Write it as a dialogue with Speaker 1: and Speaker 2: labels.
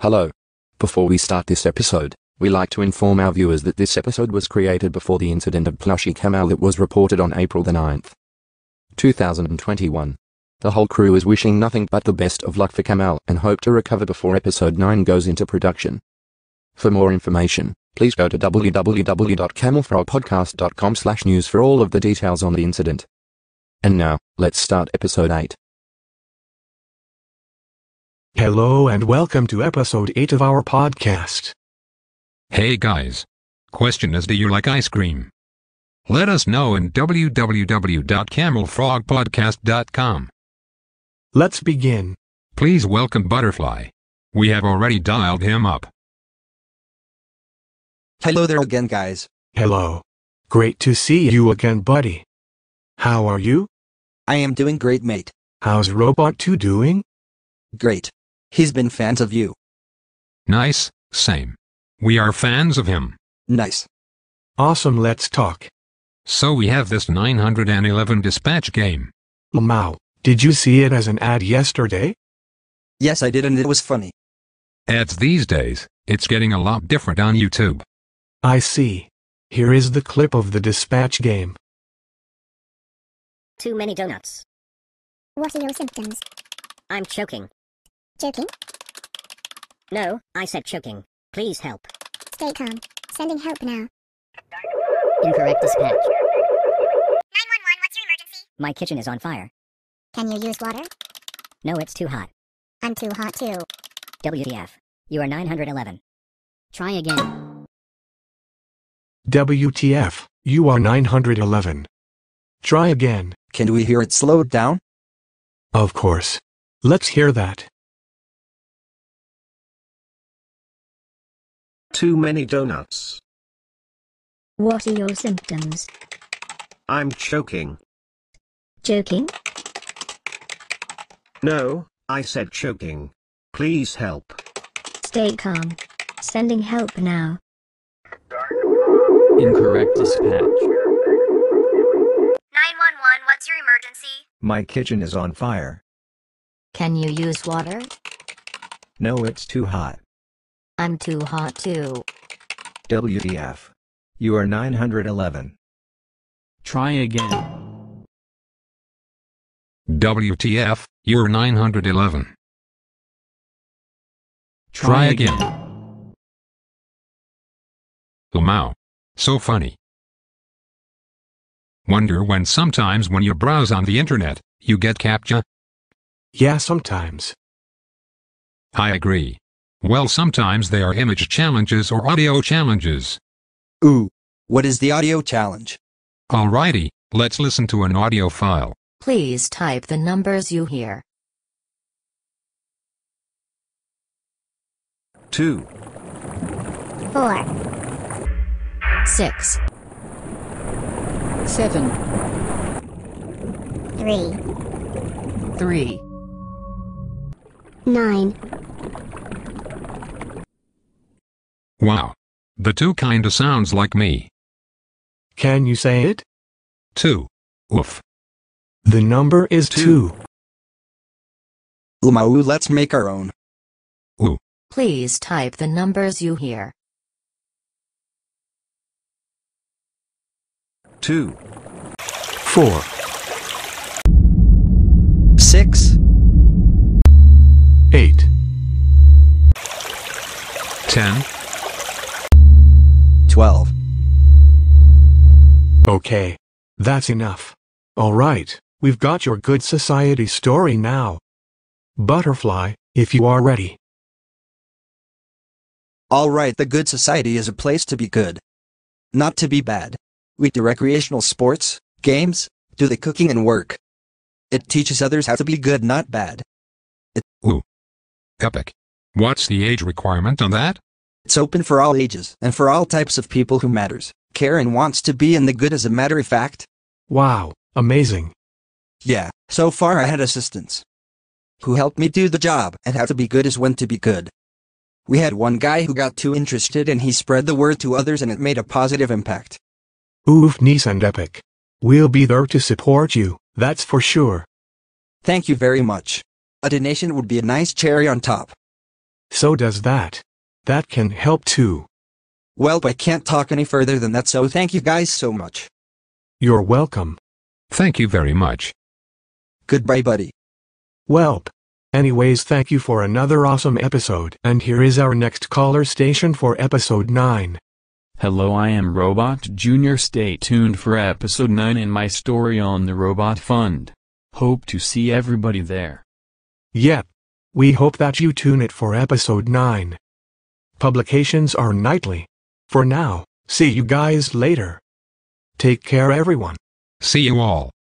Speaker 1: Hello. Before we start this episode, we like to inform our viewers that this episode was created before the incident at Plushy Kamal that was reported on April the 9th, 2021. The whole crew is wishing nothing but the best of luck for Kamal and hope to recover before episode 9 goes into production. For more information, please go to www.camelfrogpodcast.com slash news for all of the details on the incident. And now, let's start episode 8.
Speaker 2: Hello and welcome to episode 8 of our podcast.
Speaker 3: Hey guys. Question is do you like ice cream? Let us know in www.camelfrogpodcast.com.
Speaker 2: Let's begin.
Speaker 3: Please welcome Butterfly. We have already dialed him up.
Speaker 4: Hello there again, guys.
Speaker 2: Hello. Great to see you again, buddy. How are you?
Speaker 4: I am doing great, mate.
Speaker 2: How's Robot 2 doing?
Speaker 4: Great. He's been fans of you.
Speaker 3: Nice, same. We are fans of him.
Speaker 4: Nice.
Speaker 2: Awesome, let's talk.
Speaker 3: So we have this 911 dispatch game.
Speaker 2: Lamau, did you see it as an ad yesterday?
Speaker 4: Yes, I did, and it was funny.
Speaker 3: Ads these days, it's getting a lot different on YouTube.
Speaker 2: I see. Here is the clip of the dispatch game.
Speaker 5: Too many donuts.
Speaker 6: What are your symptoms?
Speaker 5: I'm choking.
Speaker 6: Joking?
Speaker 5: No, I said choking. Please help.
Speaker 6: Stay calm. Sending help now. 911,
Speaker 5: Incorrect dispatch.
Speaker 6: what's your emergency?
Speaker 5: My kitchen is on fire.
Speaker 6: Can you use water?
Speaker 5: No, it's too hot.
Speaker 6: I'm too hot too.
Speaker 5: WTF. You are 911. Try again.
Speaker 2: WTF, you are 911. Try again,
Speaker 4: Can we hear it slowed down?
Speaker 2: of course. Let's hear that.
Speaker 7: Too many donuts.
Speaker 6: What are your symptoms?
Speaker 7: I'm choking.
Speaker 6: Joking?
Speaker 7: No, I said choking. Please help.
Speaker 6: Stay calm. Sending help now.
Speaker 8: Incorrect dispatch.
Speaker 7: My kitchen is on fire.
Speaker 9: Can you use water?
Speaker 7: No, it's too hot.
Speaker 9: I'm too hot too.
Speaker 7: WTF. E You are 911.
Speaker 8: Try again.
Speaker 3: WTF, you're 911. Try again. Lamau. So funny. Wonder when sometimes when you browse on the internet, you get CAPTCHA?
Speaker 2: Yeah, sometimes.
Speaker 3: I agree. Well, sometimes they are image challenges or audio challenges.
Speaker 4: Ooh. What is the audio challenge?
Speaker 3: Alrighty, let's listen to an audio file.
Speaker 9: Please type the numbers you hear.
Speaker 7: 2,
Speaker 6: Four,
Speaker 9: 6,
Speaker 10: Seven,
Speaker 6: three,
Speaker 10: 3,
Speaker 6: nine.
Speaker 3: Wow. The two kinda sounds like me.
Speaker 2: Can you say it?
Speaker 3: Two. Oof.
Speaker 2: The number is
Speaker 7: Two.
Speaker 2: 2.
Speaker 4: Umau, let's make our own.
Speaker 9: Please type the numbers you hear.
Speaker 7: 2,
Speaker 2: 4.
Speaker 4: Six.
Speaker 2: 8.
Speaker 3: Ten.
Speaker 4: Twelve.
Speaker 2: Okay. That's enough. Alright, we've got your good society story now. Butterfly, if you are ready.
Speaker 4: Alright, the good society is a place to be good. Not to be bad. We do recreational sports, games, do the cooking and work. It teaches others how to be good, not bad.
Speaker 3: Epic. What's the age requirement on that?
Speaker 4: It's open for all ages and for all types of people who matters, care and wants to be in the good as a matter of fact.
Speaker 2: Wow, amazing.
Speaker 4: Yeah, so far I had assistants who helped me do the job and how to be good is when to be good. We had one guy who got too interested and he spread the word to others and it made a positive impact.
Speaker 2: Oof, nice and epic. We'll be there to support you, that's for sure.
Speaker 4: Thank you very much. A donation would be a nice cherry on top.
Speaker 2: So does that. That can help too.
Speaker 4: Well, I can't talk any further than that, so thank you guys so much.
Speaker 2: You're welcome.
Speaker 3: Thank you very much.
Speaker 4: Goodbye, buddy.
Speaker 2: Welp. Anyways, thank you for another awesome episode. And here is our next caller station for episode 9.
Speaker 8: Hello, I am Robot Jr. Stay tuned for episode 9 and my story on the Robot Fund. Hope to see everybody there.
Speaker 2: Yep. We hope that you tune it for episode 9. Publications are nightly. For now, see you guys later. Take care, everyone.
Speaker 3: See you all.